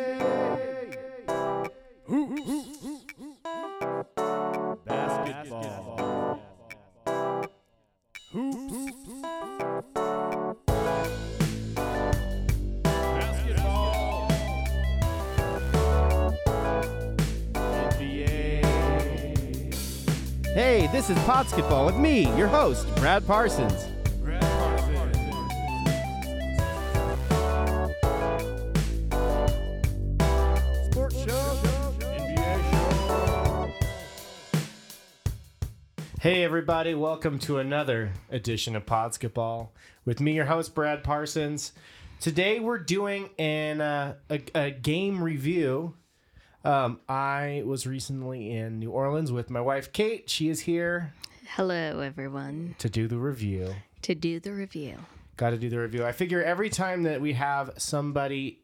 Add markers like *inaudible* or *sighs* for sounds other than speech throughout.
NBA. Hoops. Basketball. Hoops. Basketball. NBA. Hey, this is Podsketball with me, your host, Brad Parsons. Brad Parsons. Sports show. NBA show. Hey, everybody, welcome to another edition of Podsketball with me, your host, Brad Parsons. Today, we're doing an, uh, a, a game review. Um, I was recently in New Orleans with my wife, Kate. She is here Hello, everyone. to do the review. To do the review. Got to do the review. I figure every time that we have somebody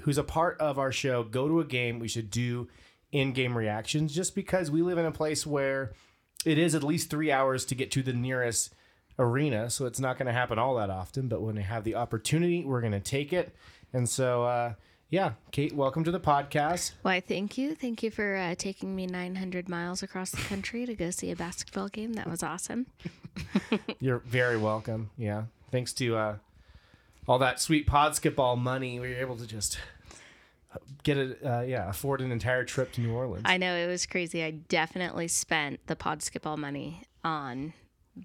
who's a part of our show go to a game, we should do in game reactions just because we live in a place where it is at least three hours to get to the nearest arena. So it's not going to happen all that often. But when we have the opportunity, we're going to take it. And so, uh, yeah, Kate, welcome to the podcast. Why, thank you. Thank you for uh, taking me 900 miles across the country to go see a basketball game. That was awesome. You're very welcome. Yeah. Thanks to uh, all that sweet pod skip all money, we were able to just get a uh, yeah afford an entire trip to New Orleans. I know it was crazy. I definitely spent the pod skip all money on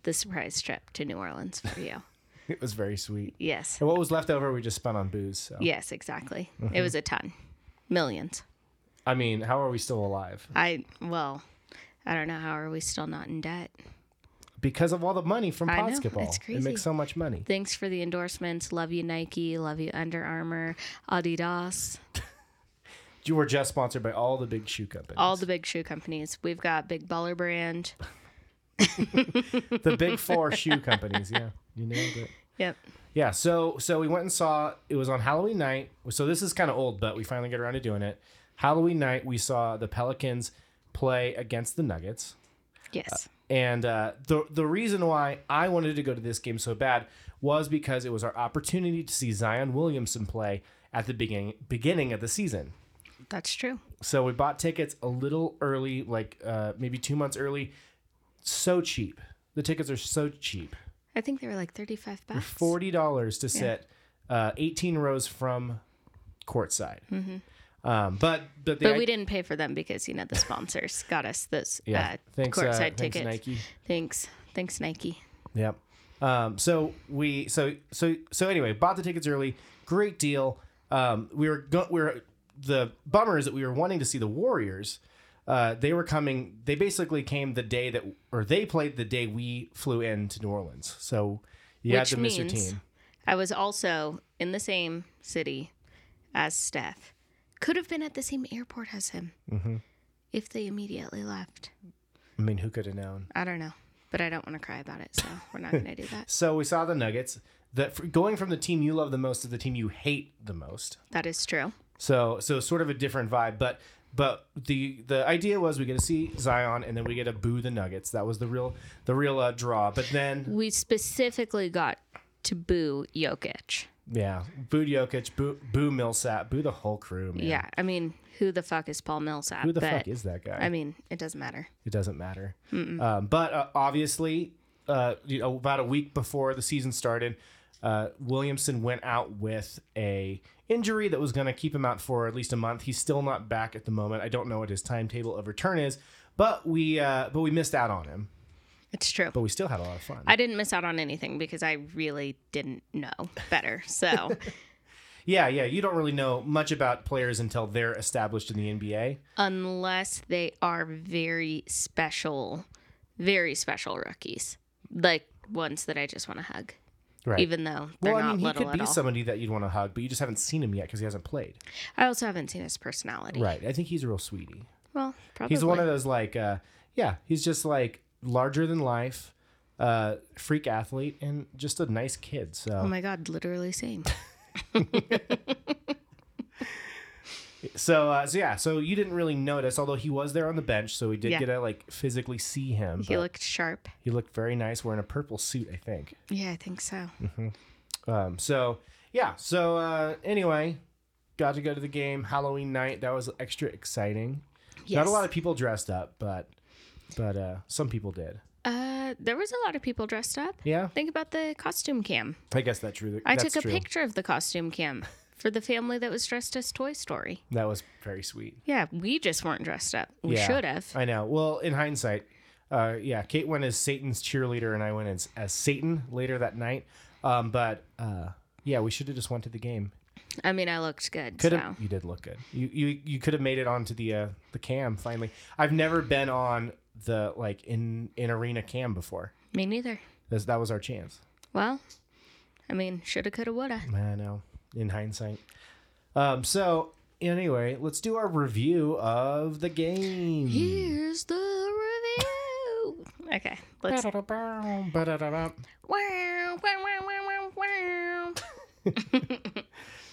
the surprise trip to New Orleans for you. It was very sweet. Yes. And what was left over, we just spent on booze. So. Yes, exactly. It was a ton. Millions. I mean, how are we still alive? I, well, I don't know. How are we still not in debt? Because of all the money from I know, Podskipall. it's It crazy. makes so much money. Thanks for the endorsements. Love you, Nike. Love you, Under Armour, Adidas. You were just sponsored by all the big shoe companies. all the big shoe companies. We've got Big *laughs* Baller Brand. the big *laughs* four shoe companies. Yeah. You nailed it. Yep. Yeah, so so we went and saw it was on Halloween night. So this is kind of old, but we finally get around to doing it. Halloween night, we saw the Pelicans play against the Nuggets. Yes. And uh, the the reason why I wanted to go to this game so bad was because it was our opportunity to see Zion Williamson play at the beginning beginning of the season. that's true. So we bought tickets a little early, like uh, maybe two months early. So cheap. The tickets are so cheap. I think they were like 35 bucks. Forty dollars to sit uh, eighteen rows from courtside. Um, but but, the, Mm-hmm. But we didn't pay for them because, you know, the sponsors got us those Yeah. uh, Thanks, uh, courtside thanks, tickets. Nike. Thanks. Thanks, Nike. Yep. Um, so we so so so anyway, bought the tickets early. Great deal. Um, we were go- we were the bummer is that we were wanting to see the Warriors. Uh, they were coming. They basically came the day that or they played the day we flew in to New Orleans. So you had Which to miss your means- team. I was also in the same city as Steph. Could have been at the same airport as him Mm-hmm. if they immediately left. I mean, who could have known? I don't know. But I don't want to cry about it. So we're not going to do *laughs* that. So we saw the Nuggets. That f- going from the team you love the most to the team you hate the most. That is true. So so sort of a different vibe, but but the the idea was we get to see Zion and then we get to boo the Nuggets. That was the real the real uh, draw. But then We specifically got to boo Jokic. yeah, boo Jokic, boo boo Millsap, boo the whole crew, man. Yeah. I mean, who the fuck is Paul Millsap? Who the but, fuck is that guy? I mean, it doesn't matter. it doesn't matter. Um, but uh, obviously, uh, you know, about a week before the season started, uh, Williamson went out with a injury that was going to keep him out for at least a month. He's still not back at the moment. I don't know what his timetable of return is, but we uh, but we missed out on him. It's true. But we still had a lot of fun. I didn't miss out on anything because I really didn't know better. *laughs* So, yeah, yeah. You don't really know much about players until they're established in the NBA. unless they are very special, very special rookies, like ones that I just want to hug, Right. even though they're well, I not mean, he little could at be all. somebody that you'd want to hug, but you just haven't seen him yet because he hasn't played. I also haven't seen his personality. Right. I think he's a real sweetie. Well, probably. He's one of those like, uh, yeah, he's just like larger than life, uh, freak athlete, and just a nice kid. So, Oh my God, *laughs* literally same. so, uh, so yeah, so you didn't really notice, although he was there on the bench, so we did Yeah. get to like physically see him. He but looked sharp. he looked very nice, wearing a purple suit, I think. Yeah, I think so. Um, so yeah, so uh, anyway, got to go to the game Halloween night. That was extra exciting. Not Yes. a lot of people dressed up, but but uh, some people did. Uh, there was a lot of people dressed up. Yeah, Think about the costume cam. I guess that's true. I That's took a true. picture of the costume *laughs* cam for the family that was dressed as Toy Story. That was very sweet. Yeah, we just weren't dressed up. We Yeah, should have. I know. Well, in hindsight, uh, yeah, Kate went as Satan's cheerleader, and I went as, as Satan later that night. Um, but uh, yeah, we should have just went to the game. I mean, I looked good. Could so. have. You did look good. You you you could have made it onto the uh, the cam finally. I've never been on the like in in arena cam before. Me neither. That's, that was our chance. Well, I mean, shoulda, coulda, woulda. I know. In hindsight. Um, so anyway, let's do our review of the game. Here's the review. Okay, let's. Wow, Ba-da-da-bow, ba-da-da-bow. wow, wow, wow, wow, wow.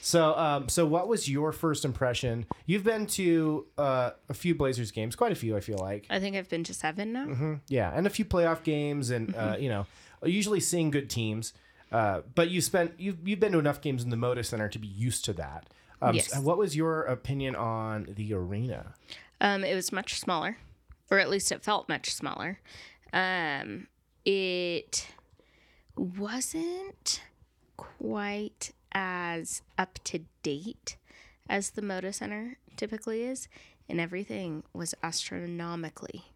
So, um, so what was your first impression? You've been to uh, a few Blazers games, quite a few, I feel like. I think I've been to seven now. Yeah, and a few playoff games, and uh, you know, usually seeing good teams. Uh, but you spent you've you've been to enough games in the Moda Center to be used to that. Um, Yes. so what was your opinion on the arena? Um, it was much smaller, or at least it felt much smaller. Um, it wasn't quite as up to date as the Moda Center typically is, and everything was astronomically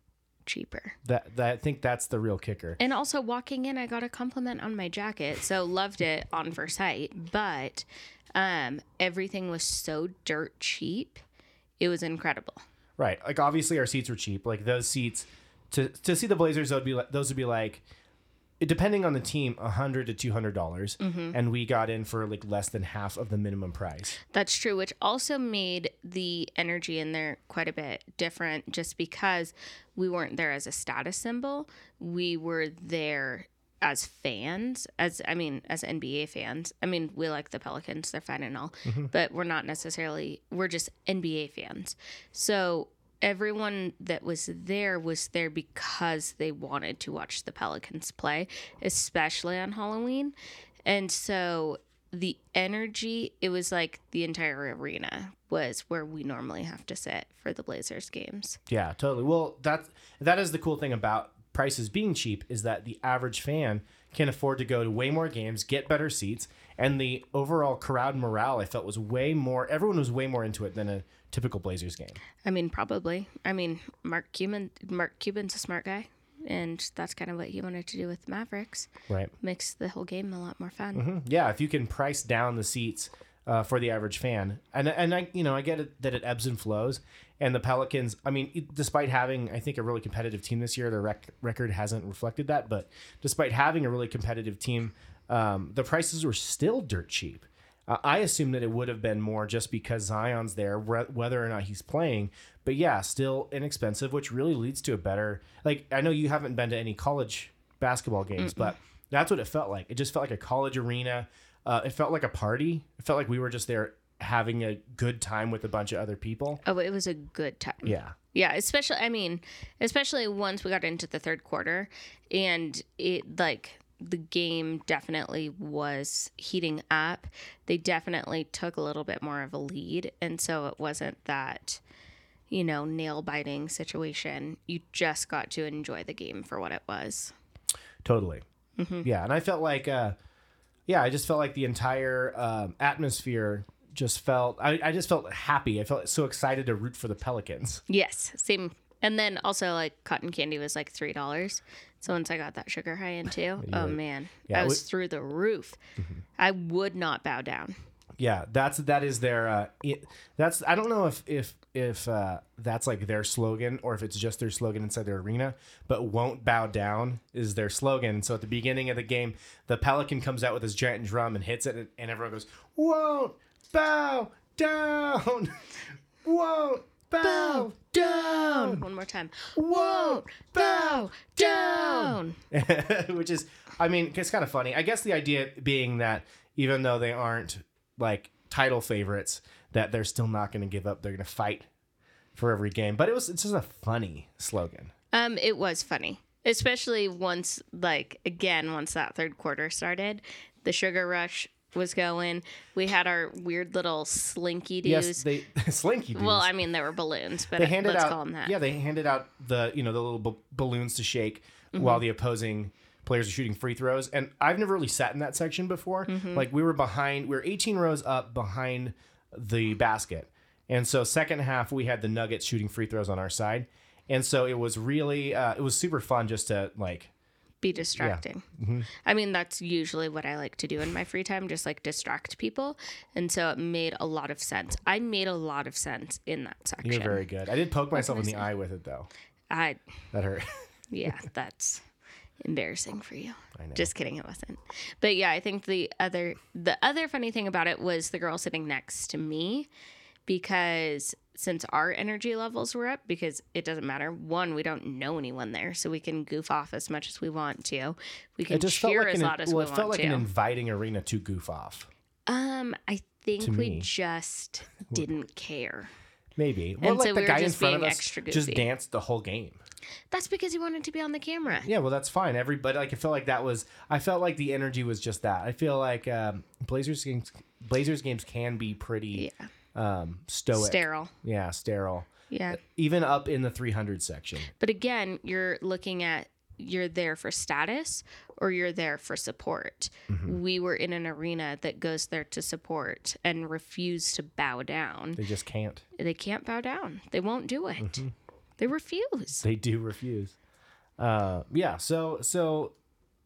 cheaper. That, that I think that's the real kicker. And also walking in, I got a compliment on my jacket, so loved it on first sight. But um, everything was so dirt cheap; it was incredible. Right. Like obviously our seats were cheap. Like those seats to to see the Blazers, those would be like, those would be like depending on the team, a hundred to two hundred dollars, and we got in for like less than half of the minimum price. That's true, which also made the energy in there quite a bit different just because we weren't there as a status symbol. We were there as fans, as I mean, as NBA fans. I mean, we like the Pelicans, they're fine and all, but we're not necessarily, we're just NBA fans. So everyone that was there was there because they wanted to watch the Pelicans play, especially on Halloween. And so the energy, it was like the entire arena was where we normally have to sit for the Blazers games. Yeah, totally. Well, that that is the cool thing about prices being cheap is that the average fan can afford to go to way more games, get better seats, and the overall crowd morale I felt was way more. Everyone was way more into it than a typical Blazers game. I mean, probably. I mean, Mark Cuban Mark Cuban's a smart guy, and that's kind of what he wanted to do with the Mavericks. Right. Makes the whole game a lot more fun. yeah, if you can price down the seats uh, for the average fan, and and I you know I get it that it ebbs and flows, and the Pelicans, I mean, despite having I think a really competitive team this year, their rec- record hasn't reflected that, but despite having a really competitive team, um, the prices were still dirt cheap. Uh, I assume that it would have been more just because Zion's there, whe- whether or not he's playing. But yeah, still inexpensive, which really leads to a better. Like I know you haven't been to any college basketball games, but that's what it felt like. It just felt like a college arena. Uh, it felt like a party. It felt like we were just there having a good time with a bunch of other people. Oh, it was a good time. Yeah. Yeah, especially I mean, especially once we got into the third quarter and it like the game definitely was heating up. They definitely took a little bit more of a lead and so it wasn't that you know, nail biting situation. You just got to enjoy the game for what it was. Totally. Yeah, and I felt like, uh, yeah, I just felt like the entire um, atmosphere just felt. I, I just felt happy. I felt so excited to root for the Pelicans. Yes, same. And then also like cotton candy was like three dollars. So once I got that sugar high in too, oh man, Yeah, I it was through the roof. I would not bow down. Yeah, that's that is their. Uh, it, that's I don't know if if if uh, that's like their slogan or if it's just their slogan inside their arena. But won't bow down is their slogan. So at the beginning of the game, the pelican comes out with his giant drum and hits it, and, and everyone goes, "Won't bow down, *laughs* won't bow down, One more time. won't bow down." Down. *laughs* which is i mean it's kind of funny i guess the idea being that even though they aren't like title favorites that they're still not going to give up they're going to fight for every game but it was it's just a funny slogan Um, it was funny, especially once like again once that third quarter started, the sugar rush was going. We had our weird little slinky doos. Yes, they *laughs* slinky. Dudes. well, I mean, they were balloons, but they handed let's out call them that. yeah they handed out the you know the little b- balloons to shake Mm-hmm. while the opposing players are shooting free throws and i've never really sat in that section before Mm-hmm. like we were behind we were 18 rows up behind the basket and so second half we had the nuggets shooting free throws on our side and so it was really uh, it was super fun just to like be distracting. Mm-hmm. I mean, that's usually what I like to do in my free time, just like distract people. And so it made a lot of sense. I made a lot of sense in that section. you're very good i did poke myself in the eye with it though I, that hurt *laughs* yeah, that's embarrassing for you. I know. Just kidding, it wasn't. But yeah, I think the other the other funny thing about it was the girl sitting next to me because since our energy levels were up because it doesn't matter one we don't know anyone there so we can goof off as much as we want to we *laughs* can it just felt cheer like as an, loud as well, we it felt want like to an inviting arena to goof off Um, I think we me. just didn't care. maybe well, And like so the we were guy in just front of being us extra just goofy. danced the whole game That's because he wanted to be on the camera. Yeah, well, that's fine. Everybody, like, I felt like that was. I felt like the energy was just that. I feel like um, Blazers games. Blazers games can be pretty Yeah. um, stoic. Sterile. Yeah, sterile. Yeah. Even up in the 300 section. But again, you're looking at you're there for status or you're there for support. We were in an arena that goes there to support and refuse to bow down. They just can't. They can't bow down. They won't do it. They refuse. They do refuse. Uh, yeah. So so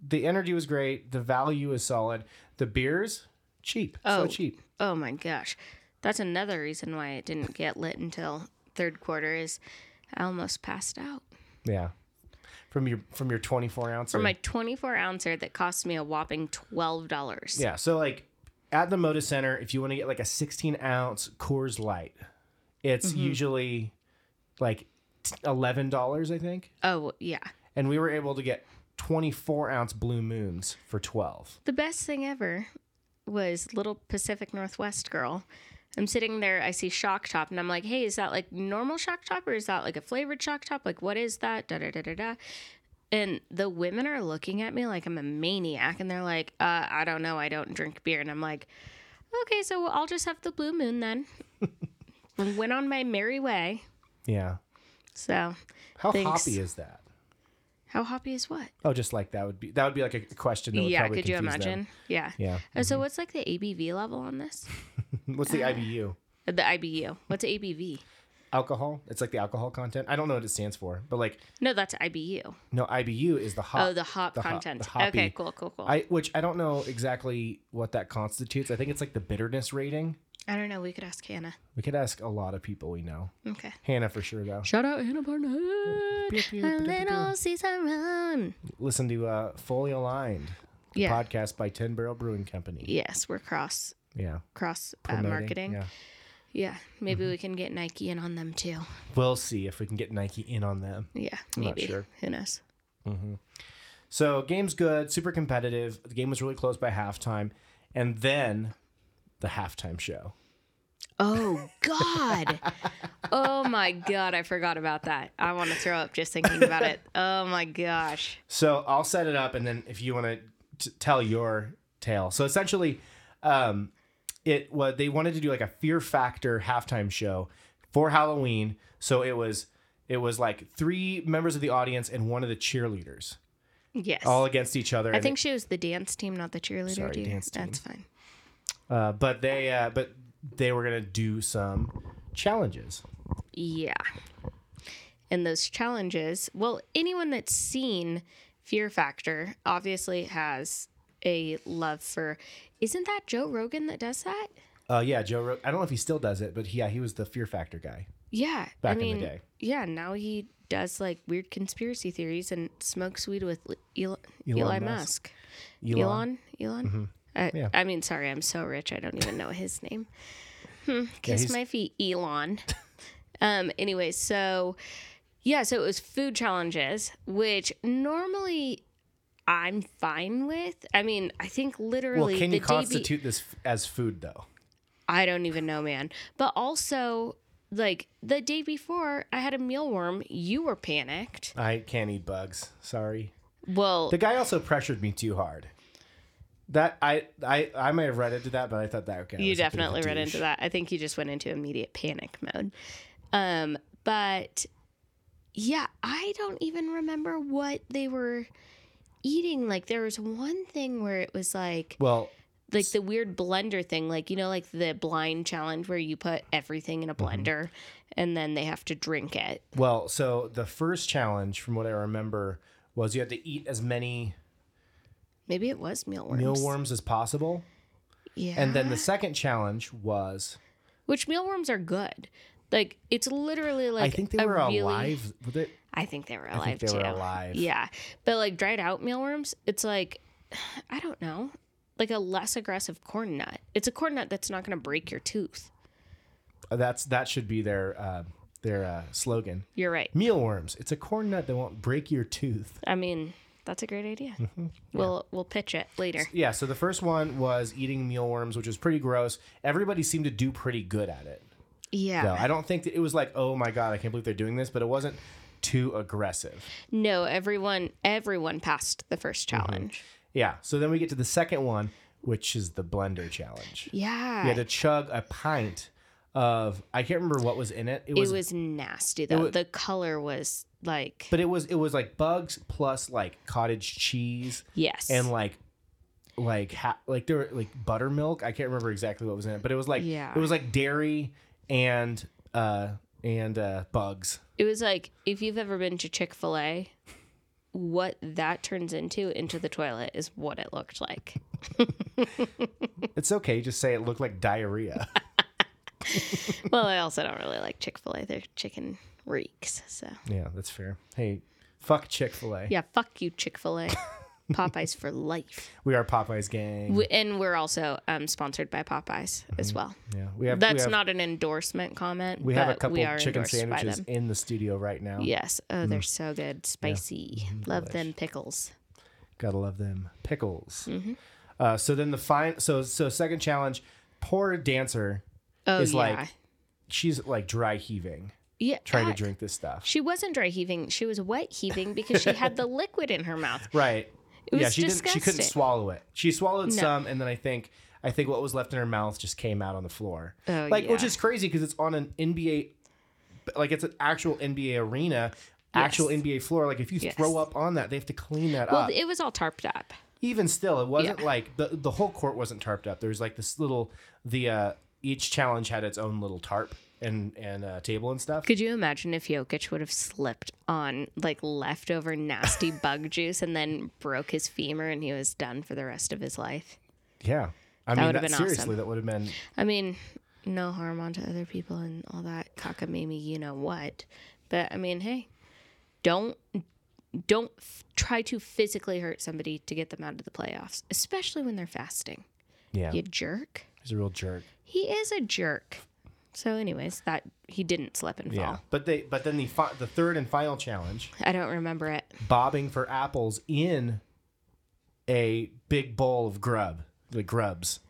the energy was great. The value is solid. The beers cheap. Oh. So cheap. Oh my gosh. That's another reason why it didn't get lit until third quarter is I almost passed out. Yeah. From your from your 24 ounce. for my 24 ouncer that cost me a whopping $12. Yeah. So like at the Moda Center, if you want to get like a 16 ounce Coors Light, it's Mm-hmm. usually like t- eleven dollars, I think. Oh, yeah. And we were able to get 24 ounce Blue Moons for 12. The best thing ever was little Pacific Northwest girl. I'm sitting there, I see Shock Top, and I'm like, hey, is that like normal Shock Top or is that like a flavored Shock Top? Like, what is that? Da da da da da. And the women are looking at me like I'm a maniac, and they're like, uh, I don't know, I don't drink beer. And I'm like, okay, so I'll just have the Blue Moon *laughs* then. Went on my merry way. Yeah. So, How Thanks. hoppy is that? how happy is what? Oh, just like that would be that would be like a question that would yeah probably could you confuse them. imagine yeah Yeah. *laughs* Mm-hmm. Uh, so what's like the abv level on this What's Uh. the IBU? the ibu what's abv Alcohol? It's like the alcohol content. I don't know what it stands for, but like no that's ibu no IBU is the hop. oh the hop content the hoppy. okay cool cool cool I, I which I don't know exactly what that constitutes. I think it's like the bitterness rating. don't know we could ask hannah We could ask a lot of people we know. okay Hannah for sure though. shout out hannah barnett a little season run Listen to uh Fully Aligned, the yeah podcast by Ten Barrel Brewing Company. yes we're cross Yeah. cross uh, Promoting, marketing yeah, Yeah. Mm-hmm. maybe we can get nike in on them too We'll see if we can get Nike in on them. yeah not maybe sure. who knows So game's good, super competitive. The game was really close by halftime. And then the halftime show. Oh God. oh my God. I forgot about that. I want to throw up just thinking *laughs* about it. Oh my gosh. So I'll set it up, and then if you want to tell your tale. So essentially, um, it was they wanted to do like a Fear Factor halftime show for Halloween. So it was it was like three members of the audience and one of the cheerleaders Yes. all against each other. I and think she was the dance team, not the cheerleader. Sorry, dude. dance team. That's fine. uh, but they uh, but they were gonna do some challenges. Yeah. And those challenges. Well, anyone that's seen Fear Factor obviously has a love for. Isn't that Joe Rogan that does that? Uh, yeah, Joe. Ro- I don't know if he still does it, but yeah, he was the Fear Factor guy. Yeah. I Back in the mean, day. Yeah. Now he does like weird conspiracy theories and smokes weed with Eli, Elon Eli Musk. Musk. Elon? Elon? I, Mm-hmm. Yeah. I mean, sorry, I'm so rich, I don't even know his name. Hmm, kiss he's- my feet, Elon. *laughs* um. Anyway, so yeah, so it was food challenges, which normally I'm fine with. I mean, I think literally Well, can the you day be- constitute this f- as food though? I don't even know, man. But also, like the day before, I had a mealworm. You were panicked. I can't eat bugs. Sorry. Well, The guy also pressured me too hard. That I I I may have read into that, but I thought that okay. you definitely read into that. I think you just went into immediate panic mode. Um, but yeah, I don't even remember what they were eating. Like there was one thing where it was like Well, like the weird blender thing, like you know, like the blind challenge where you put everything in a Mm-hmm. blender and then they have to drink it. well, so the first challenge, from what I remember, was you had to eat as many Maybe it was mealworms. mealworms as possible, Yeah. and then the second challenge was which mealworms are good. Like it's literally like I think they a were really- alive. were they- I think they were alive think they too. were alive. Yeah, but like dried out mealworms, it's like *sighs* I don't know, like a less aggressive corn nut. It's a corn nut that's not going to break your tooth. That's that should be their uh, their uh, slogan. You're right. Mealworms. It's a corn nut that won't break your tooth. I mean, that's a great idea. Mm-hmm. We'll we'll pitch it later. Yeah. So the first one was eating mealworms, which was pretty gross. Everybody seemed to do pretty good at it. Yeah. though. I don't think that it was like, oh my god, I can't believe they're doing this, but it wasn't too aggressive. No, everyone everyone passed the first Mm-hmm. challenge. Yeah. So then we get to the second one, which is the blender challenge. Yeah. You had to chug a pint of I can't remember what was in it. It was, it was nasty though. wa- the color was like but it was it was like bugs plus like cottage cheese yes. and like like ha- like there were like buttermilk. I can't remember exactly what was in it, but it was like Yeah. it was like dairy and uh and uh bugs. It was like if you've ever been to Chick Fil A, what that turns into into the toilet is what it looked like. It's okay, just say it looked like diarrhea. well, I also don't really like Chick Fil A. Their chicken reeks. So yeah, that's fair. Hey, fuck Chick-fil-A. yeah, fuck you, Chick Fil A. *laughs* Popeyes for life, We are Popeyes gang. We- and we're also um, sponsored by Popeyes as well. yeah. Mm-hmm. We have we That's have, not an endorsement comment. we have a couple we are chicken endorsed by sandwiches them. in Mm. the studio right now. Yes. Oh, they're so good. Spicy. Mm-hmm. Love them pickles. Gotta love them pickles. Mm-hmm. Uh, so then the fine. So so second challenge. Poor dancer. Oh It's yeah. like- She's like dry heaving, yeah. trying I- to drink this stuff. She wasn't dry heaving. She was wet heaving because she had *laughs* the liquid in her mouth. right. It yeah. was She didn't. She couldn't disgusting. swallow it. She swallowed No. some, and then I think I think what was left in her mouth just came out on the floor. Oh, like which yeah. is crazy because it's on an NBA, like it's an actual NBA arena. Actual Yes. NBA floor, like if you Yes. throw up on that, they have to clean that Well, up. it was all tarped up. even still it wasn't Yeah. like the, the whole court wasn't tarped up there was like this little the uh each challenge had its own little tarp and and uh, table and stuff Could you imagine if Jokic would have slipped on like leftover *laughs* nasty bug juice and then broke his femur and he was done for the rest of his life? yeah i mean would've that, been seriously awesome. that would have been I mean, no harm onto other people and all that cockamamie, you know what? But I mean, hey, don't don't f- try to physically hurt somebody to get them out of the playoffs, especially when they're fasting. yeah You jerk. he's a real jerk He is a jerk. So, anyways, that he didn't slip and fall. yeah but they but then the fi- the third and final challenge I don't remember it. bobbing for apples in a big bowl of grub the grubs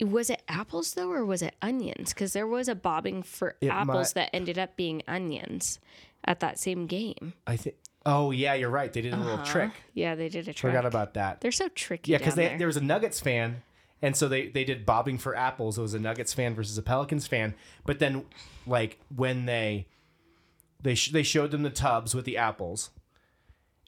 Was it apples though, or was it onions? Because there was a bobbing for apples that ended up being onions at that same game. i think oh yeah you're right they did a little trick Yeah, they did a trick. forgot about that They're so tricky. Yeah, because down there. there. was a Nuggets fan, and so they they did bobbing for apples. It was a Nuggets fan versus a Pelicans fan. But then, like when they they sh- they showed them the tubs with the apples,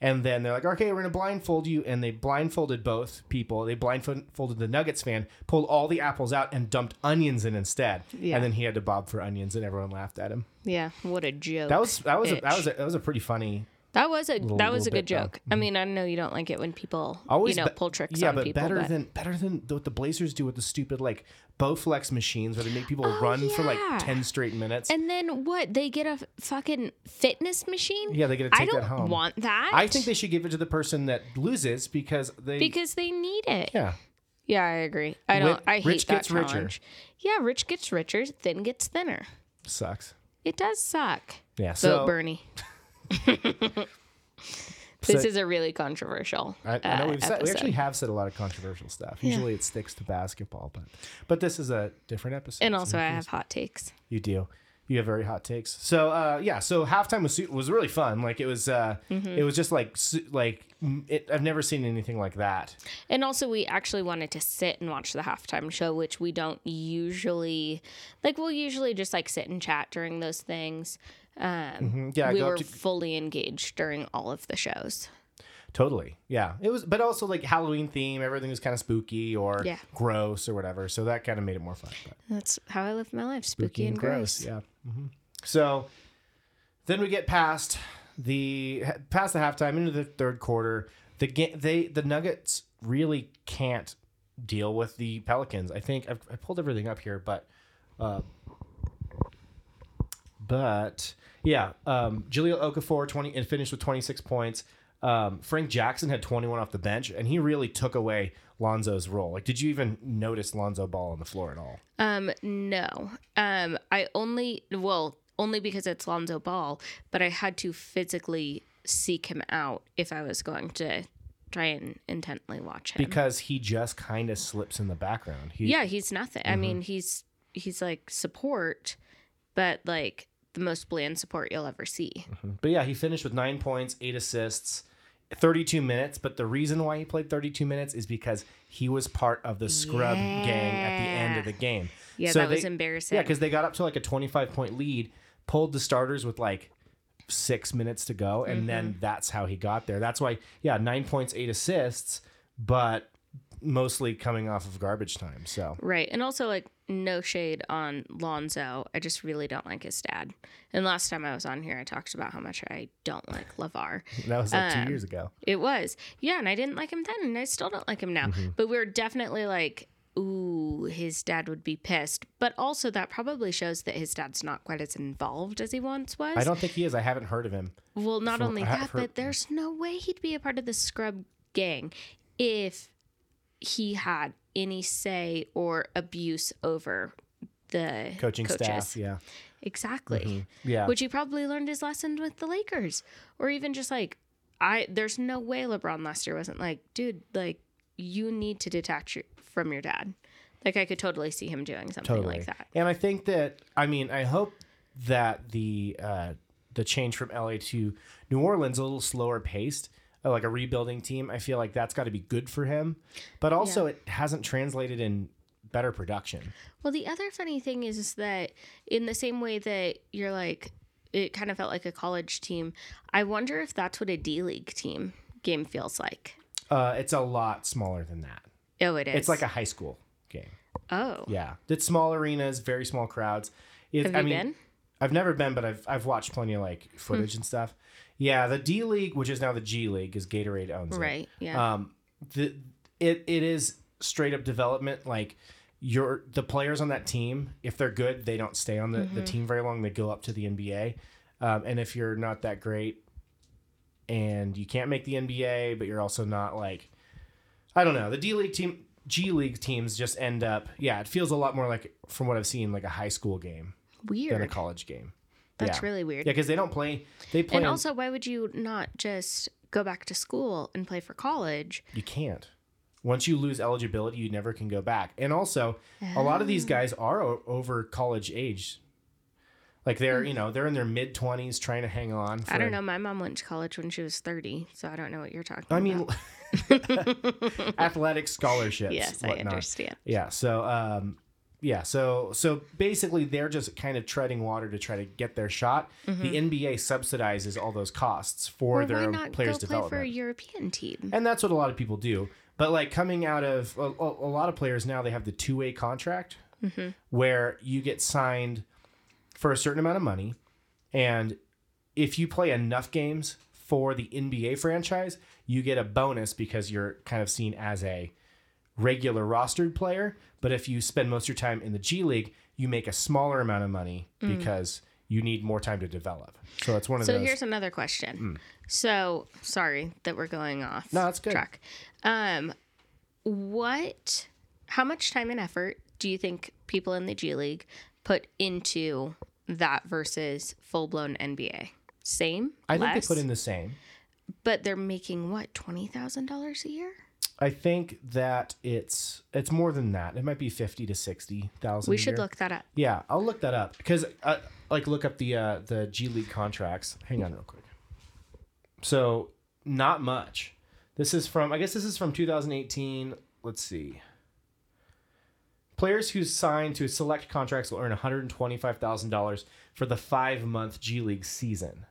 and then they're like, "Okay, we're gonna blindfold you," and they blindfolded both people. They blindfolded the Nuggets fan, pulled all the apples out, and dumped onions in instead. Yeah. And then he had to bob for onions, and everyone laughed at him. yeah, what a joke. That was that was a, Bitch. that was a, that was a pretty funny. that was a that was a little good bit, though. Mm-hmm. joke. I mean, I know you don't like it when people Always you know be- pull tricks Yeah, on but people, better but than better than what the Blazers do with the stupid like Bowflex machines where they make people run for like Oh, yeah. ten straight minutes. and then what? They get a fucking fitness machine. yeah, they get to I take don't that home. want that. I think they should give it to the person that loses because they. because they need it. yeah, Yeah, I agree. I don't. Wi- I hate rich that gets richer. challenge. Yeah, rich gets richer, thin gets thinner. sucks. It does suck. Yeah, So, so *laughs* Bernie. this So- is a really controversial. I, I know uh, we've said, we episode. actually have said a lot of controversial stuff. Usually it sticks to basketball, but but this is a different episode. and so also who I cares? have hot takes. you do. You have very hot takes. So uh, yeah, so halftime was su- was really fun. Like it was, uh, Mm-hmm. it was just like su- like mm, it, I've never seen anything like that. And also, we actually wanted to sit and watch the halftime show, which we don't usually like. We'll usually just like sit and chat during those things. Um, Yeah, we Mm-hmm. go up were to- fully engaged during all of the shows. Totally. Yeah. It was, but also like Halloween theme. Everything was kind of spooky or Yeah. gross or whatever. So that kind of made it more fun. But That's how I live my life: spooky, and gross. Yeah. hmm So then we get past the past the halftime into the third quarter. The ga- they the Nuggets really can't deal with the Pelicans. I think I've, I pulled everything up here, but uh, but yeah, um, Julio Okafor twenty and finished with twenty six points. Um, Frank Jackson had twenty one off the bench, and he really took away Lonzo's role. Like, did you even notice Lonzo Ball on the floor at all? Um, no. Um, I only well only because it's Lonzo Ball, but I had to physically seek him out if I was going to try and intently watch him. because he just kind of slips in the background. He, Mm-hmm. yeah he's nothing i mean he's he's like support but like the most bland support you'll ever see mm-hmm. but yeah, he finished with nine points, eight assists, 32 minutes. But the reason why he played 32 minutes is because he was part of the scrub gang at the end of the game. Yeah, that was embarrassing. Yeah, because they got up to like a 25 point lead, pulled the starters with like six minutes to go, and Mm-hmm. then that's how he got there. That's why, yeah, nine points, eight assists, but mostly coming off of garbage time. So right and also like no shade on lonzo i just really don't like his dad and last time i was on here i talked about how much i don't like levar that was like Um, two years ago. it was yeah and i didn't like him then and i still don't like him now Mm-hmm. but we are definitely like Ooh, his dad would be pissed. But also, that probably shows that his dad's not quite as involved as he once was. I don't think he is. I haven't heard of him. Well, not From- only I have that, heard- but there's no way he'd be a part of the scrub gang if he had any say or abuse over the Coaching coaches. staff. Yeah. Mm-hmm. Exactly. Yeah. Which he probably learned his lesson with the Lakers, or even just like I. There's no way LeBron last year wasn't like, dude, like you need to detach your, from your dad. Like I could totally see him doing something totally. like that. And I think that I mean I hope that the uh, the change from LA to New Orleans a little slower paced, uh, like a rebuilding team. I feel like that's got to be good for him, but also it hasn't translated in better production. Well, the other funny thing is, is that in the same way that you're like, it kind of felt like a college team. I wonder if that's what a D League team game feels like. Uh, it's a lot smaller than that. Oh, it is. It's like a high school game. oh, Yeah, it's small arenas, very small crowds. It's, Have you I mean, been? Hmm. I've never been, but I've I've watched plenty of like footage and stuff. Yeah, the D League, which is now the G League, because Gatorade owns it. right. Yeah, um the it it is straight up development like your the players on that team if they're good they don't stay on the, Mm-hmm. the team very long they go up to the nba um, and if you're not that great and you can't make the nba but you're also not like i don't know the d league team g league teams just end up yeah it feels a lot more like from what i've seen like a high school game than a weird. college game That's yeah. really weird. yeah because they don't play they play and on- also, why would you not just go back to school and play for college? You can't. Once you lose eligibility, you never can go back. And also, a lot of these Ah. guys are o- over college age. Like they're, you know, they're in their mid 20s trying to hang on. For, I don't know. My mom went to college when she was thirty, so I don't know what you're talking I about. mean, *laughs* athletic scholarships. *laughs* yes, I whatnot. understand. Yeah. So, um, yeah. So, so basically, they're just kind of treading water to try to get their shot. The NBA subsidizes all those costs for Mm-hmm. Well, their why own not go players' play development. for a European team? and that's what a lot of people do. But like coming out of a, a a lot of players now, they have the two way contract Mm-hmm. where you get signed for a certain amount of money, and if you play enough games for the NBA franchise, you get a bonus because you're kind of seen as a regular rostered player. But if you spend most of your time in the G League, you make a smaller amount of money because you need more time to develop. So it's one of Mm. So those. here's another question. So sorry that we're going off. Hmm. No, that's good. Track. Um, what? How much time and effort do you think people in the G League put into that versus full blown NBA? Same. I think Less? they put in the same. But they're making what twenty thousand dollars a year. I think that it's it's more than that. It might be fifty to sixty thousand. We a should year. look that up. Yeah, I'll look that up because uh, like look up the uh, the G League contracts. Hang on real quick. So not much. This is from I guess this is from 2018. Let's see. Players who sign to select contracts will earn $125,000 for the five month G League season.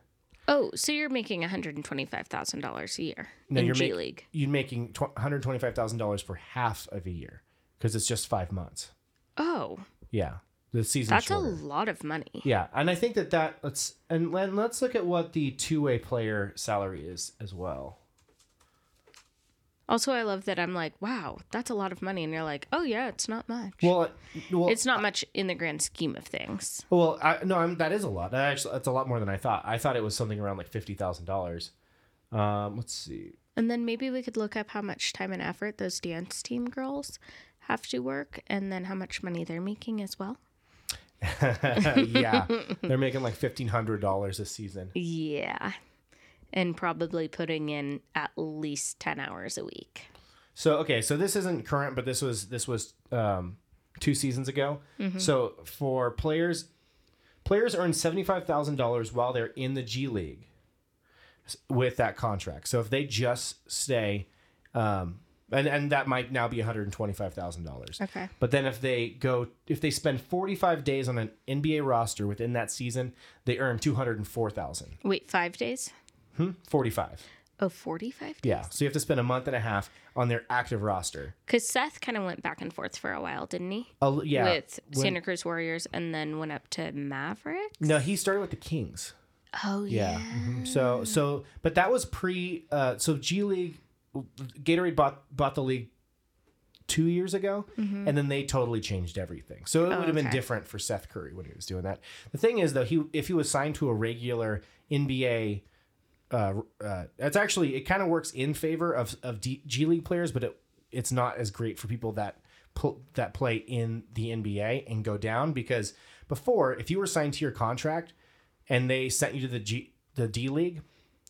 Oh, so you're making one hundred and twenty-five thousand dollars a year in you're G mak- League. You're making tw- $125,000 for half of a year because it's just five months. Oh, Yeah. The season. that's shorter. a lot of money. Yeah, and I think that that let's and then let's look at what the two-way player salary is as well. Also, I love that I'm like, wow, that's a lot of money, and you're like, oh yeah, it's not much. Well, uh, well, it's not much in the grand scheme of things. well, I, no, I'm, that is a lot. That actually, that's a lot more than I thought. I thought it was something around like fifty thousand dollars. Um, let's see. *laughs* And then maybe we could look up how much time and effort those dance team girls have to work, and then how much money they're making as well. yeah, they're making like fifteen hundred dollars this season. Yeah. And probably putting in at least 10 hours a week. So okay, so this isn't current, but this was this was um, two seasons ago. Mm-hmm. So for players, players earn seventy five thousand dollars while they're in the G League s- with that contract. So if they just stay, um, and and that might now be one hundred twenty five thousand dollars. Okay. But then if they go, if they spend forty five days on an NBA roster within that season, they earn two hundred and four thousand. Wait, five days? Hmm? Forty five. Oh, 45 days? Yeah. So you have to spend a month and a half on their active roster. Because Seth kind of went back and forth for a while, didn't he? A l- yeah. With When- Santa Cruz Warriors and then went up to Maverick. No, he started with the Kings. Mm. Oh, yeah. Mhm. So so but that was pre uh so G League Gatorade bought bought the league 2 years ago and then they totally changed everything. So it would have been okay. different for Seth Curry when he was doing that. The thing is though he if he was signed to a regular NBA uh, uh, that's actually it kind of works in favor of of D, G League players, but it it's not as great for people that pl- that play in the NBA and go down because before if you were signed to your contract and they sent you to the G the D League,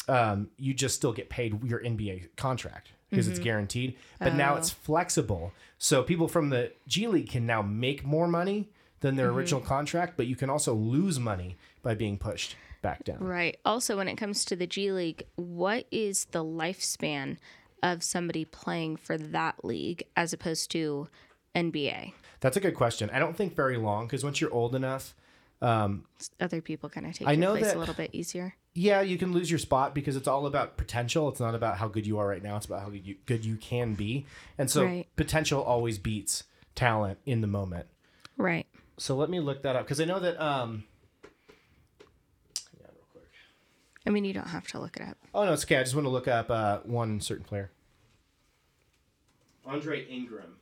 um, you just still get paid your NBA contract because it's guaranteed. But now it's flexible, so people from the G League can now make more money than their original contract, but you can also lose money by being pushed back down. Right. Also, when it comes to the G League, what is the lifespan of somebody playing for that league as opposed to NBA? That's a good question. I don't think very long because once you're old enough, Other people kind of take I your know place that- a little bit easier. yeah, you can lose your spot because it's all about potential. It's not about how good you are right now. It's about how good you, good you can be. And so Right. potential always beats talent in the moment. Right. So let me look that up because I know that. Um, yeah, real quick. I mean, you don't have to look it up. Oh no, it's okay. I just want to look up uh, one certain player. Andre Ingram.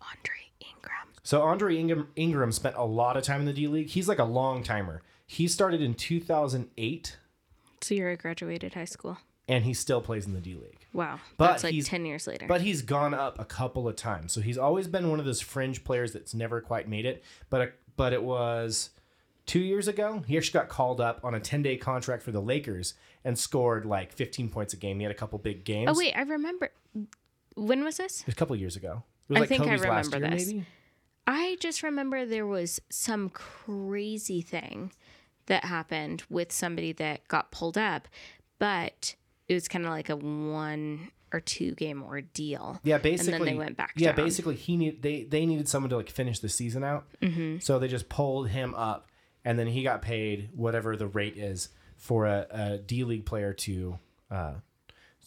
Andre Ingram. So Andre Ingram, Ingram spent a lot of time in the D League. He's like a long timer. He started in 2008 So you're a graduated high school. and he still plays in the D League. Wow. But That's like he's- 10 years later. But he's gone up a couple of times. So he's always been one of those fringe players that's never quite made it. But uh, but it was two years ago. He actually got called up on a ten day contract for the Lakers and scored like fifteen points a game. He had a couple big games. oh, wait. I remember. When was this? a couple years ago. It was I like think I Kobe's last remember year, this. maybe. I just remember there was some crazy thing that happened with somebody that got pulled up, but it was kind of like a one or two game ordeal. Yeah, basically. and then they went back. Yeah, down. basically he need they they needed someone to like finish the season out. Mm-hmm. So they just pulled him up, and then he got paid whatever the rate is for a, a D league player to. Uh,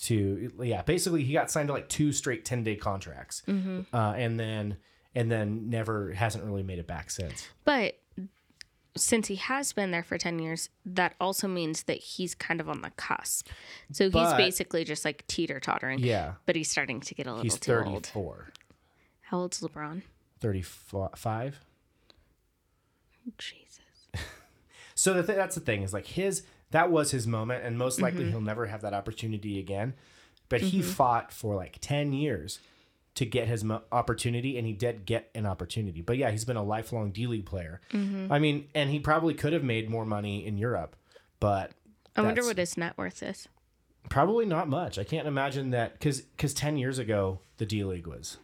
to yeah, basically he got signed to like two straight ten day contracts, Mm-hmm. uh, and then and then never hasn't really made it back since. But since he has been there for 10 years, that also means that he's kind of on the cusp. So he's But- basically just like teeter tottering. Yeah, But he's starting to get a little he's too thirty old. four. How old's LeBron? 35 Jesus. So the th- that's the thing is like his that was his moment, and most likely he'll never have that opportunity again. But he fought for like ten years to get his mo- opportunity, and he did get an opportunity. But yeah, he's been a lifelong D League player. I mean, and he probably could have made more money in Europe, but I wonder that's what his net worth is. probably not much. I can't imagine that because because ten years ago the D League was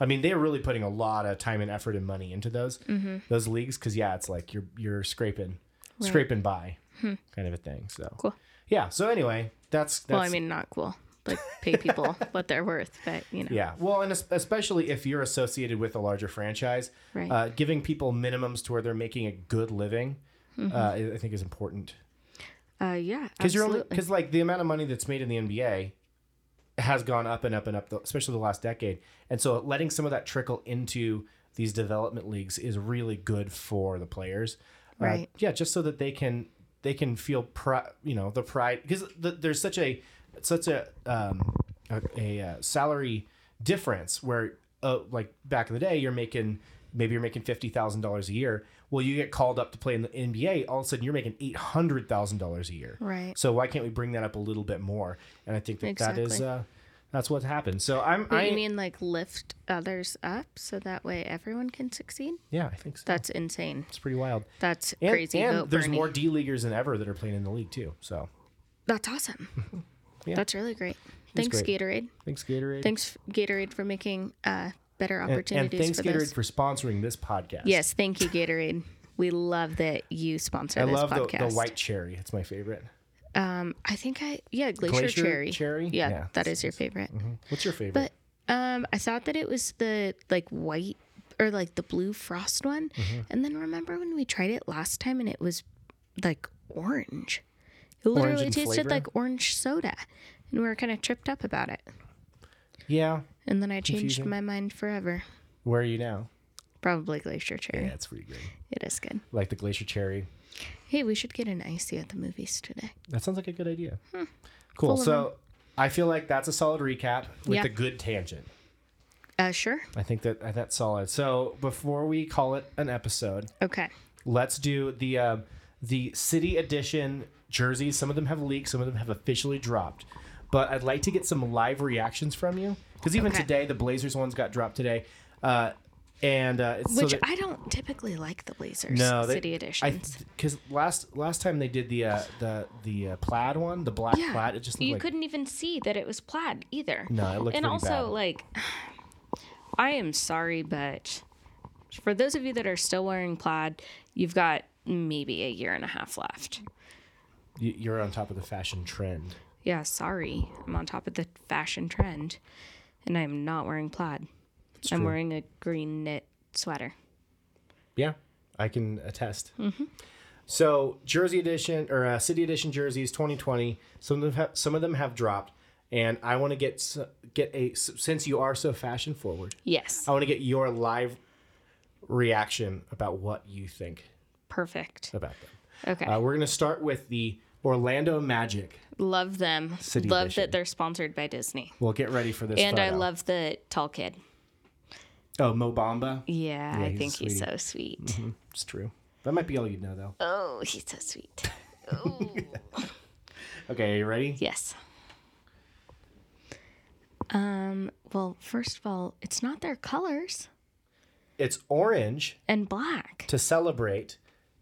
I mean, they're really putting a lot of time and effort and money into those Mm-hmm. those leagues because yeah, it's like you're you're scraping scraping by kind of a thing. So Hmm. Cool. Yeah. So anyway, that's, that's well, I mean, not cool. Like *laughs* pay people what they're worth, but you know, Yeah. Well, and es- especially if you're associated with a larger franchise, Right. uh, giving people minimums to where they're making a good living, Mm-hmm. uh, I I think is important. uh, yeah, Because you're only absolutely. because like the amount of money that's made in the NBA has gone up and up and up, especially the last decade. And so letting some of that trickle into these development leagues is really good for the players. Uh, Right. yeah, just so that they can they can feel pri- you know the pride because the, there's such a such a um, a, a uh, salary difference where uh, like back in the day you're making maybe you're making fifty thousand dollars a year. Well, you get called up to play in the NBA. All of a sudden, you're making eight hundred thousand dollars a year. Right. So why can't we bring that up a little bit more? And I think that that is Exactly. uh, that's what happened. So I'm But I you mean like lift others up so that way everyone can succeed? yeah I think so. That's insane. it's pretty wild. That's And, crazy. and Go there's Bernie. more D leaguers than ever that are playing in the league too. So That's awesome. *laughs* Yeah. That's really great. Thanks, great. Gatorade. thanks Gatorade. Thanks Gatorade for making uh, better and, opportunities and thanks for Gatorade this. for sponsoring this podcast. Yes, thank you, Gatorade. We love that you sponsor I this love the, podcast. the white cherry. It's my favorite. Um, I think I yeah, glacier, Glacier cherry. cherry? Yeah, Yeah, Mm-hmm. that is your favorite. What's your favorite? But um, I thought that it was the like white or like the blue frost one, Mm-hmm. and then remember when we tried it last time and it was like orange. It literally in tasted flavor? like orange soda, and we were kind of tripped up about it. yeah. And then I changed Confusing. my mind forever. Where are you now? Probably glacier cherry. Yeah, it's pretty good. It is good. Like the glacier cherry. Hey, we should get an icy at the movies today. That sounds like a good idea. Cool. Hmm. Full of So I feel like that's a solid recap with Yeah. a good tangent. Uh, sure. I think that that's solid. So before we call it an episode, Okay. let's do the uh, the city edition jerseys. Some of them have leaked, some of them have officially dropped. But I'd like to get some live reactions from you because even Okay. today the Blazers ones got dropped today, uh, and uh, it's so Which that- I don't typically like the Blazers no they, City Editions. Because last last time they did the uh, the the uh, plaid one, the black yeah, plaid, it just looked you like couldn't even see that it was plaid either. No, it looked And pretty also, bad. like, *sighs* I am sorry, but for those of you that are still wearing plaid, you've got maybe a year and a half left. you, you're on top of the fashion trend. Yeah, sorry, I'm on top of the fashion trend, and I'm not wearing plaid. I'm true. wearing a green knit sweater. Yeah, I can attest. Mm-hmm. So jersey edition or uh, city edition jerseys 2020. Some of them have, some of them have dropped, and I want to get s- get a s- since you are so fashion forward. Yes, I want to get your live reaction about what you think perfect. about Okay, them. Uh, we're gonna start with the Orlando Magic. love them. City love Edition. that they're sponsored by Disney, We'll get ready for this. and I photo. love the tall kid. oh Mo Bamba. Yeah, I he's a think he's sweetie. so sweet. *laughs* It's true. That might be all you know though. Oh, *laughs* he's so sweet. Oh, Okay, are you ready? yes. Um, well, first of all, it's not their colors It's orange. and black. to celebrate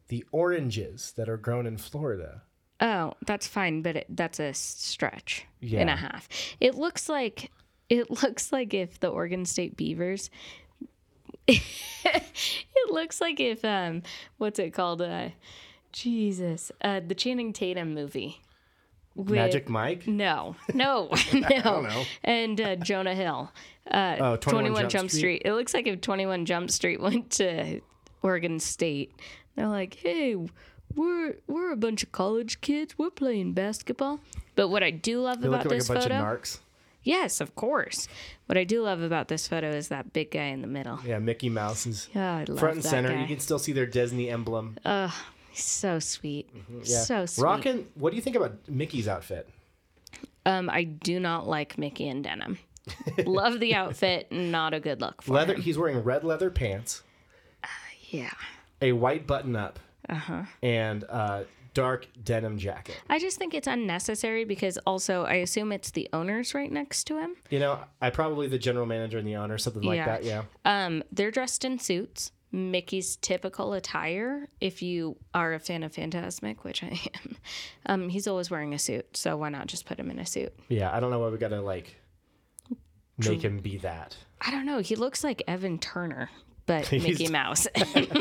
the oranges that are grown in Florida. Oh, that's fine, but it, that's a stretch and Yeah. a half. It looks like it *laughs* looks like if the Oregon State Beavers *laughs* It looks like if um what's it called uh Jesus, uh the Channing Tatum movie. With, Magic Mike? No, *laughs* no, no. know. And uh, Jonah Hill, Oh, 21, Uh, Jump, Street. It looks like if 21 Jump Street *laughs* went to Oregon State, they're like, hey, we're we're a bunch of college kids. We're playing basketball. But what I do love They about look like a this bunch photo, of narcs. yes, of course. What I do love about this photo is that big guy in the middle. Yeah, Mickey Mouse is Yeah, I love front and that center. guy. You can still see their Disney emblem. He's so sweet, Mm-hmm, yeah. so sweet. Rockin', what do you think about Mickey's outfit? Um, I do not like Mickey and *laughs* denim. love the outfit, not a good look for Leather. him. He's wearing red leather pants, Yeah. a white button up, Uh-huh. and uh, dark denim jacket. I just think it's unnecessary because also I assume it's the owners right next to him. You know, I probably the general manager and the owner, something like Yeah. that. Yeah. Um, they're dressed in suits. Mickey's typical attire, if you are a fan of Fantasmic, which I am, *laughs* um, he's always wearing a suit. So why not just put him in a suit? Yeah. I don't know why we got to like make him be that. I don't know. He looks like Evan Turner, *laughs* but He's- Mickey Mouse.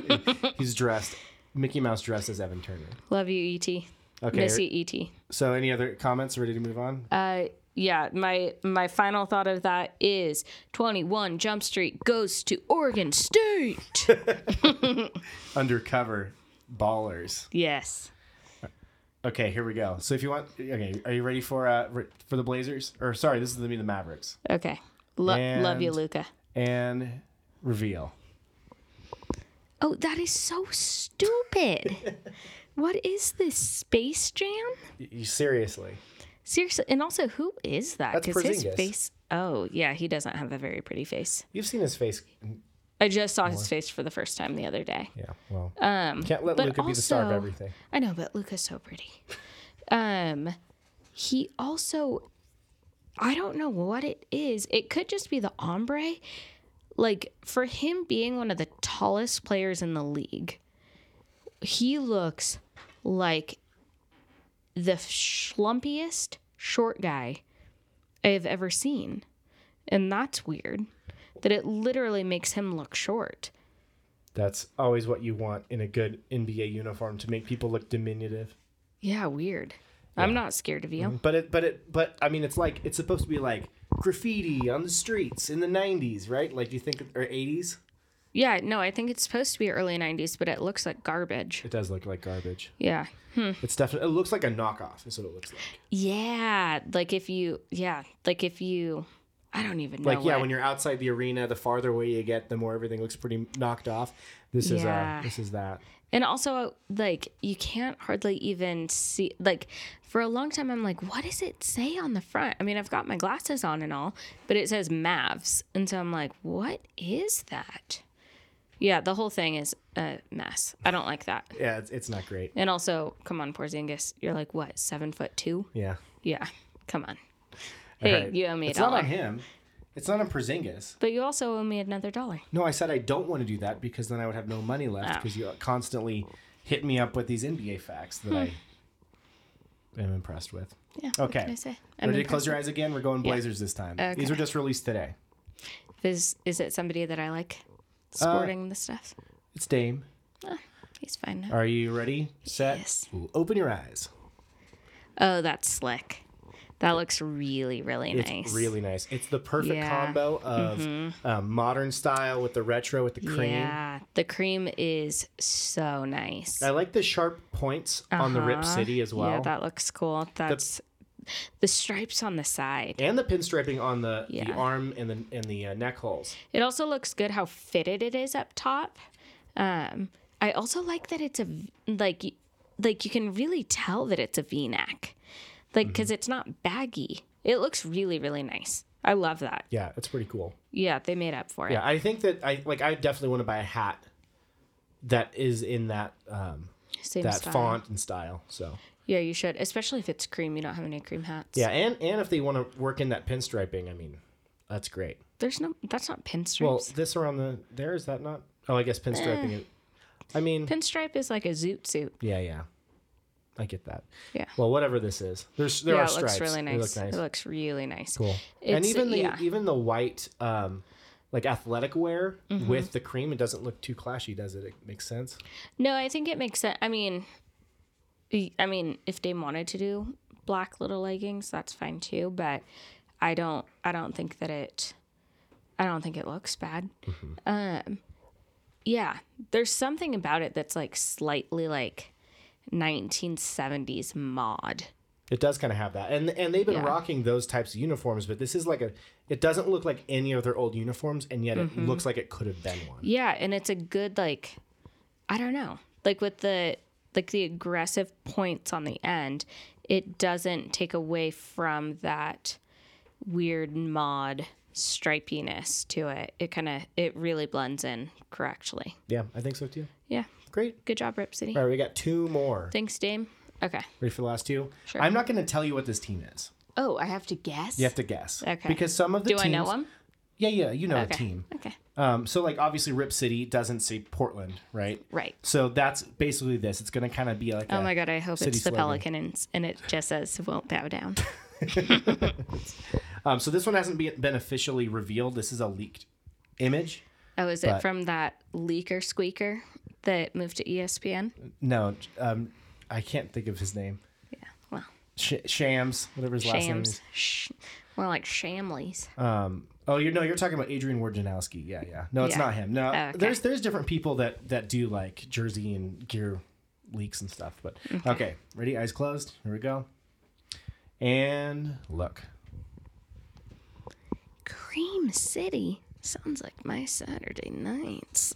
*laughs* He's dressed Mickey Mouse dressed as Evan Turner. Love you, E.T. Okay. Miss you, E.T. So any other comments? Ready to move on? Uh, yeah, my my final thought of that is 21 Jump Street goes to Oregon State. *laughs* Undercover ballers. yes. Okay, here we go. So if you want, okay, are you ready for uh re- for the Blazers? Or sorry, this is gonna be the Mavericks Okay. Lo- love you, And- Luca. and reveal. Oh, that is so *laughs* stupid. what is this Space Jam? Y- You seriously? Seriously, and also who is that? That's his Porzingis. face. Oh, yeah, he doesn't have a very pretty face. You've seen his face. I just saw his face for the first time the other day. Yeah. Well, um, can't let but Luca be the star of also- everything. I know, but Luca's so pretty. Um, he also, I don't know what it is. It could just be the ombre. Like for him being one of the tallest players in the league, he looks like the schlumpiest short guy I have ever seen, and that's weird. That it literally makes him look short. That's always what you want in a good NBA uniform to make people look diminutive. Yeah, weird. I'm not scared of you. But it, but it, but I mean, it's like it's supposed to be like graffiti on the streets in the '90s, right? Like, do you think or '80s? Yeah, no, I think it's supposed to be early 90s, but it looks like garbage. It does look like garbage. Yeah. *laughs* It's definitely. It looks like a knockoff. Is what it looks like. Yeah, like if you yeah, like if you I don't even know. Like, yeah, what- when you're outside the arena, the farther away you get, the more everything looks pretty knocked off. This is uh, Yeah. this is that. And also like you can't hardly even see like for a long time I'm like what does it say on the front? I mean, I've got my glasses on and all, but it says Mavs. And so I'm like, what is that? Yeah, the whole thing is a mess. I don't like that. Yeah, it's, it's not great. And also, come on, Porzingis, you're like what, 7 foot 2? Yeah. Yeah, come on. Hey, Alright. you owe me a It's not dollar. on him. It's not on Porzingis. But you also owe me another dollar. No, I said I don't want to do that because then I would have no money left Oh. because you constantly hit me up with these NBA facts that I Hmm. am impressed with. Yeah. Okay. What can I say? I'm Ready to impressed. close your eyes again? We're going Blazers this time. These Okay. were just released today. Is is it somebody that I like Uh, sporting the stuff? It's Dame. He's fine now. Are you ready? Set. Yes. Ooh, Open your eyes. Oh, that's slick. That looks really, really It's nice. really nice. It's the perfect Yeah. Mm-hmm. combo of um, modern style with the retro with the cream. Yeah. The cream is so nice. I like the sharp points on the Rip City as well. Uh-huh. Yeah, that looks cool. That's the stripes on the side. and the pinstriping on the, the Yeah. arm and the and the uh, neck holes. It also looks good how fitted it is up top. Um, I also like that it's a v- like y- like you can really tell that it's a V-neck, like Mm-hmm. because it's not baggy. It looks really really nice. I love that. Yeah, it's pretty cool. Yeah, they made up for it. Yeah, I think that I like. I definitely want to buy a hat that is in that um, Same that style. font and style. So Yeah, you should, especially if it's cream. You don't have any cream hats. yeah, and and if they want to work in that pinstriping, I mean, that's great. there's no. That's not pinstripes. Well, this around the there is that not? Oh, I Eh. guess pinstriping. it. I mean, Pinstripe is like a zoot suit. yeah, yeah, I get that. Yeah. Well, whatever this is, there's there yeah, are it stripes. looks really They look nice. It looks really nice. Cool. and It's- even the yeah. even the white um like athletic wear Mm-hmm. with the cream, it doesn't look too clashy, does it? It makes sense. No, I think it makes sense. I mean, y- I mean, if Dame wanted to do black little leggings, that's fine too. But I don't, I don't think that it, I don't think it looks bad. Um, yeah, there's something about it that's like slightly like 1970s mod. It does kind of have that. And and they've been Yeah. rocking those types of uniforms, but this is like a it doesn't look like any of their old uniforms and yet Mm-hmm. it looks like it could have been one. Yeah, and it's a good like, I don't know, like with the like the aggressive points on the end, it doesn't take away from that weird mod stripiness to it. It kind of it really blends in correctly. Yeah, I think so too. Yeah, Great. good job, Rip City. All right, we got two more. Thanks, Dame. Okay. Ready for the last two? Sure. I'm not going to tell you what this team is. Oh, I have to guess. You have to guess. Okay. Because some of the Do teams, I know them? Yeah, yeah, you know Okay. the team. Okay. Um, so like obviously Rip City doesn't say Portland, right? Right. So that's basically this. It's going to kind of be like Oh a- my god, I hope City it's the slogan. *laughs* Pelican and, and it just says won't bow down. Um, so this one hasn't be- been officially revealed. This is a leaked image. Oh, is it But- from that leaker squeaker that moved to E ESPN? No, um, I can't think of his name. Yeah. Well, Sh- Shams, whatever his last name shams. is. Sh- more like shamleys. Um, oh, you no, you're talking about Adrian Wojnarowski. Yeah, yeah. No, it's Yeah. not him. No, Oh, okay. there's there's different people that that do like jersey and gear leaks and stuff. But Mm-hmm. okay, ready? Eyes closed. Here we go. And look. Cream City. Sounds like my Saturday nights.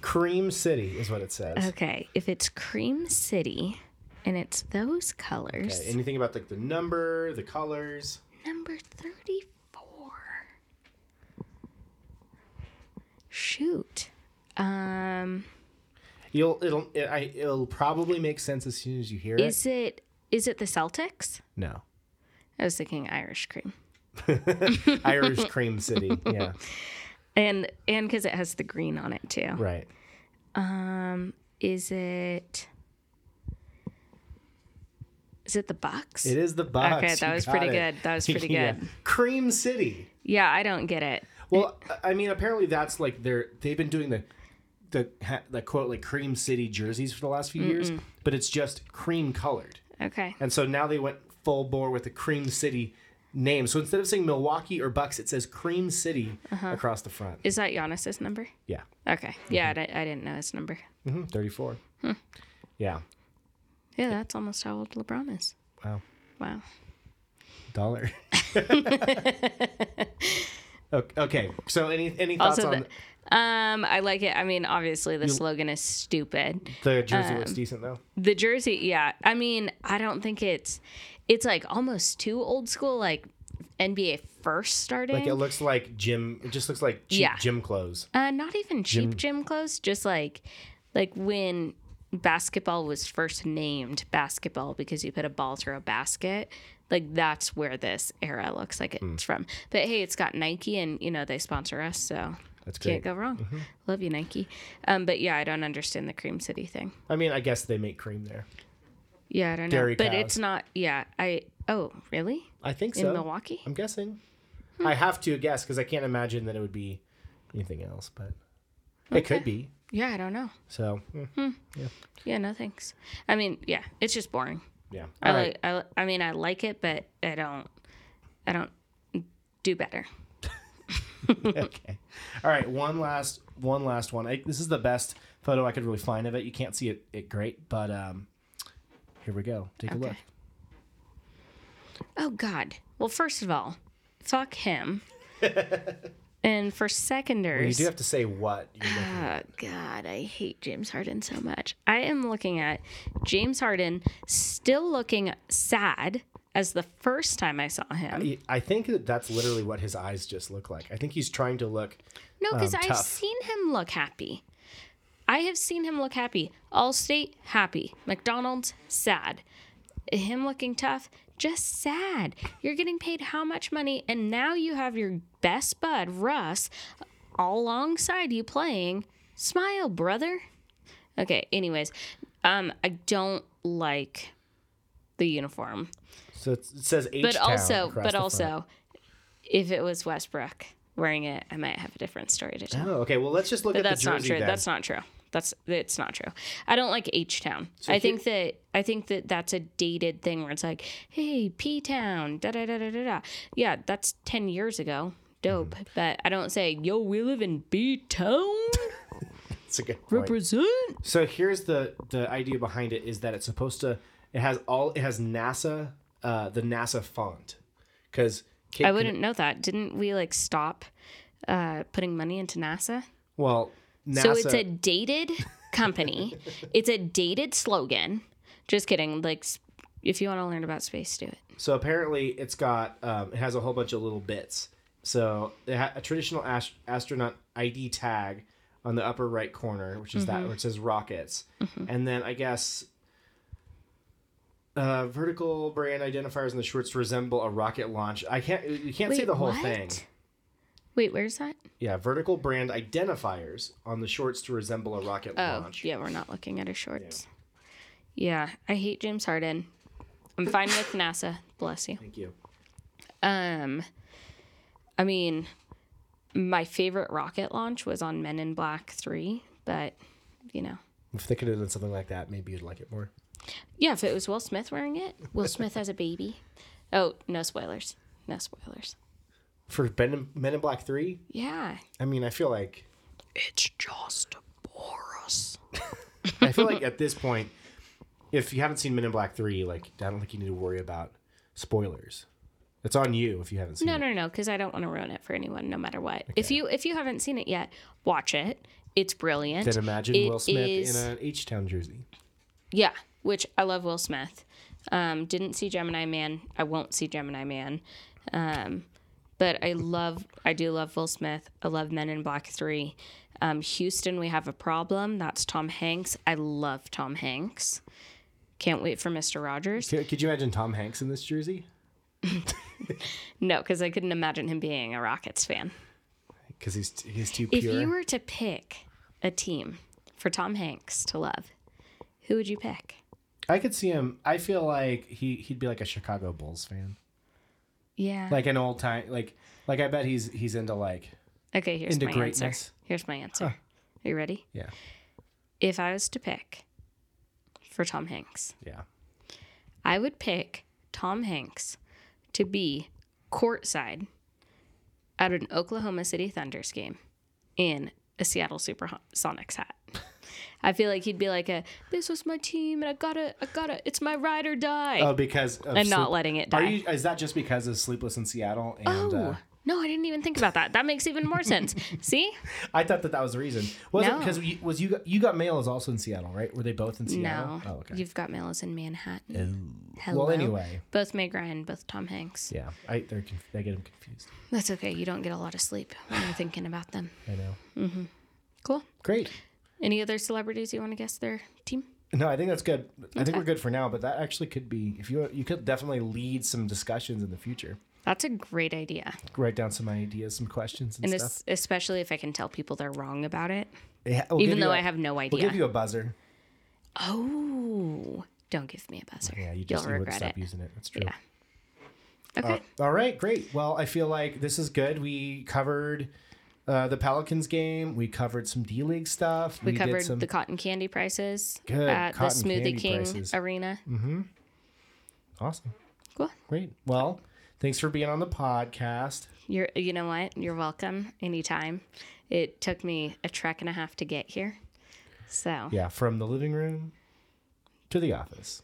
Cream City is what it says. Okay, if it's Cream City and it's those colors, Okay, anything about like the number, the colors? number 34. Shoot. Um You'll it'll it, I, it'll probably make sense as soon as you hear it. is it is it the Celtics? No, I was thinking Irish cream. *laughs* Irish Cream City. Yeah, And and cuz it has the green on it too. right. Is it Is it the Bucks? It is the Bucks. Okay, that You was got pretty it. good. That was pretty *laughs* Yeah. good. Cream City. Yeah, I don't get it. Well, I- I mean, apparently that's like they're they've been doing the the ha- the quote like cream city jerseys for the last few years, but it's just cream colored, Okay. and so now they went full bore with the cream city name. So instead of saying Milwaukee or Bucks, it says Cream City Uh-huh. across the front. Is that Giannis's number? yeah, Okay. Yeah, I di- I didn't know his number. mm-hmm. thirty four. Hmm. Yeah, Yeah, that's almost how old LeBron is. wow, Wow. *laughs* dollar. *laughs* okay, okay, so any any thoughts Also, on the, um, I like it. I mean, obviously, the slogan is stupid. the jersey looks um, decent though? The jersey, yeah. I mean, I don't think it's. It's like almost too old school, like NBA first starting. Like it looks like gym. It just looks like cheap Yeah. gym clothes. uh, not even cheap gym clothes, just like, like when basketball was first named basketball because you put a ball through a basket. Like that's where this era looks like it's Hmm. from. But hey, it's got Nike, and you know they sponsor us, so That's great. Mm-hmm. Can't go wrong. Love you, Nike. Um, but yeah, I don't understand the Cream City thing. I mean, I guess they make cream there. Yeah, I don't Dairy know. But cows. it's not. Yeah, I. Oh, really? I think In so. Milwaukee? Hmm. I'm guessing. I have to guess because I can't imagine that it would be anything else, but it could be. Yeah, I don't know. So, mm, Yeah, no thanks. I mean, yeah, it's just boring. yeah. I All right. like. I, I mean, I like it, but I don't. I don't do better. *laughs* *laughs* okay. All right. One last, one last one. I, this is the best photo I could really find of it. You can't see it, it great, but um, here we go. Take a look. Okay. Oh God. Well, first of all, *laughs* fuck him. and for You seconders, do have to say what. You're looking *sighs* at. Oh God, I hate James Harden so much. I am looking at James Harden still looking sad as the first time I saw him. I- I think that that's literally what his eyes just look like. I think he's trying to look. No, because um, I've tough. seen him look happy. I have seen him look happy. Allstate happy. McDonald's sad. Him looking tough, just sad. You're getting paid how much money, and now you have your best bud Russ alongside you playing. Smile, brother. Okay. Anyways, um, I don't like the uniform, So it's, it says H. but also, but also, if it was Westbrook wearing it, I might have a different story to tell. Oh, okay. Well, let's just look But at that's the jersey not true. then. That's not true. That's it's not true. I don't like H Town. I think that I think that that's a dated thing where it's like, hey, P Town, da da da da da da. Yeah, that's ten years ago. Dope. Mm-hmm. But I don't say, yo, we live in B Town. That's a good point. Represent. So here's the the idea behind it is that it's supposed to it has all it has NASA uh the NASA font because I wouldn't know that. Didn't we like stop uh, putting money into NASA? well NASA So it's a dated *laughs* company. it's a dated slogan. Just kidding. Like, s- if you want to learn about space, do it. so apparently it's got um, it has a whole bunch of little bits so it ha- a traditional ast- astronaut ID tag on the upper right corner which is Mm-hmm. that where it says rockets and then I guess. Uh, vertical brand identifiers in the shorts resemble a rocket launch. I can't. You can't say Wait, the whole what? thing. Wait, where's that? Yeah, vertical brand identifiers on the shorts to resemble a rocket Oh, launch. yeah, we're not looking at his shorts. Yeah. I hate James Harden. I'm fine with NASA. Bless you. Thank you. Um, I mean, my favorite rocket launch was on Men in Black Three, but you know, If they could have done something like that, maybe you'd like it more. yeah, if it was Will Smith wearing it, Will Smith as a baby. Oh, no spoilers. No spoilers. For ben in, Men in Black 3, Yeah, I mean, I feel like it's just Boris. I feel *laughs* like at this point, if you haven't seen Men in Black 3, like I don't think you need to worry about spoilers. It's on you if you haven't seen No, it. no, no, because I don't want to ruin it for anyone, no matter what. If you if you haven't seen it yet, watch it. It's brilliant. Then imagine It Will Smith is- in an H Town jersey. Yeah, which I love Will Smith. Um, didn't see Gemini Man. I won't see Gemini Man. Um, but I love, I do love Will Smith. I love Men in Black 3. Um, Houston, we have a problem. That's Tom Hanks. I love Tom Hanks. Can't wait for Mr. Rogers. Could, could you imagine Tom Hanks in this jersey? No, because I couldn't imagine him being a Rockets fan. Because he's he's too If pure. you were to pick a team for Tom Hanks to love, who would you pick? I could see him. I feel like he he'd be like a Chicago Bulls fan, Yeah. like an old time, like like I bet he's he's into like okay, here's into my greatness. answer. Here's my answer. Are you ready? yeah if I was to pick for Tom Hanks, yeah. I would pick Tom Hanks to be courtside at an Oklahoma City Thunders game in a Seattle Supersonics hat. I feel like he'd be like a this was my team and I gotta I gotta it's my ride or die. Oh, because of and not Sleep- letting it Are die. you? Is that just because of Sleepless in Seattle? And oh. uh, no, I didn't even think about that. That makes even *laughs* more sense. See? I thought that that was the reason. Was it No. because you, was you got, you got mail is also in Seattle, right? Were they both in Seattle? No. Oh, okay. You've got Melis in Manhattan. Hello. well, anyway, Both Meg Ryan, both Tom Hanks. yeah, I they're conf- I get them confused. That's okay. You don't get a lot of sleep when you're thinking about them. I know. Cool. Great. Any other celebrities you want to guess their team? No, I think that's good. I think we're good for now, but that actually could be if you you could definitely lead some discussions in the future. That's a great idea. Write down some ideas, some questions, and, And stuff. es- especially if I can tell people they're wrong about it, Yeah, we'll give even you though a- I have no We'll idea. give you a buzzer. oh, don't give me a buzzer. Yeah, you You'll just you Oh, would regret stop it. using it. That's true. Yeah. Okay. All right, great. Well, I feel like this is good. We covered uh, the Pelicans game. We covered some D League stuff. we covered did some the cotton candy prices Good, at the cotton candy Smoothie King prices. Mm. Arena. awesome. Cool. Great. Well, thanks for being on the podcast. You're, you know what? You're welcome anytime. It took me a trek and a half to get here. So, Yeah, from the living room to the office.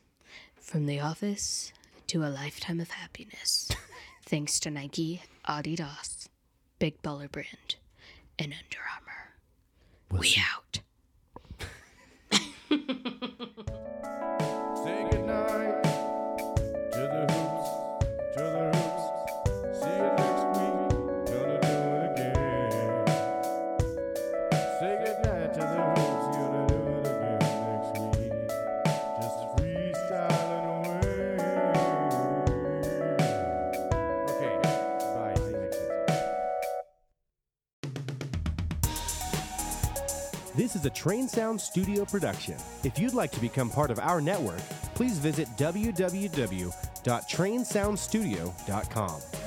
From the office to a lifetime of happiness, thanks to Nike, Adidas, Big Baller Brand, and Under Armour. we out. Say goodnight to the hoops, to the hoops. See you next week, gonna do it again. Say goodnight to the hoops, gonna do it again next week. Just freestyling away. Okay, bye. See you next week. This is a Train Sound Studio production. If you'd like to become part of our network, please visit www.trainsoundstudio.com.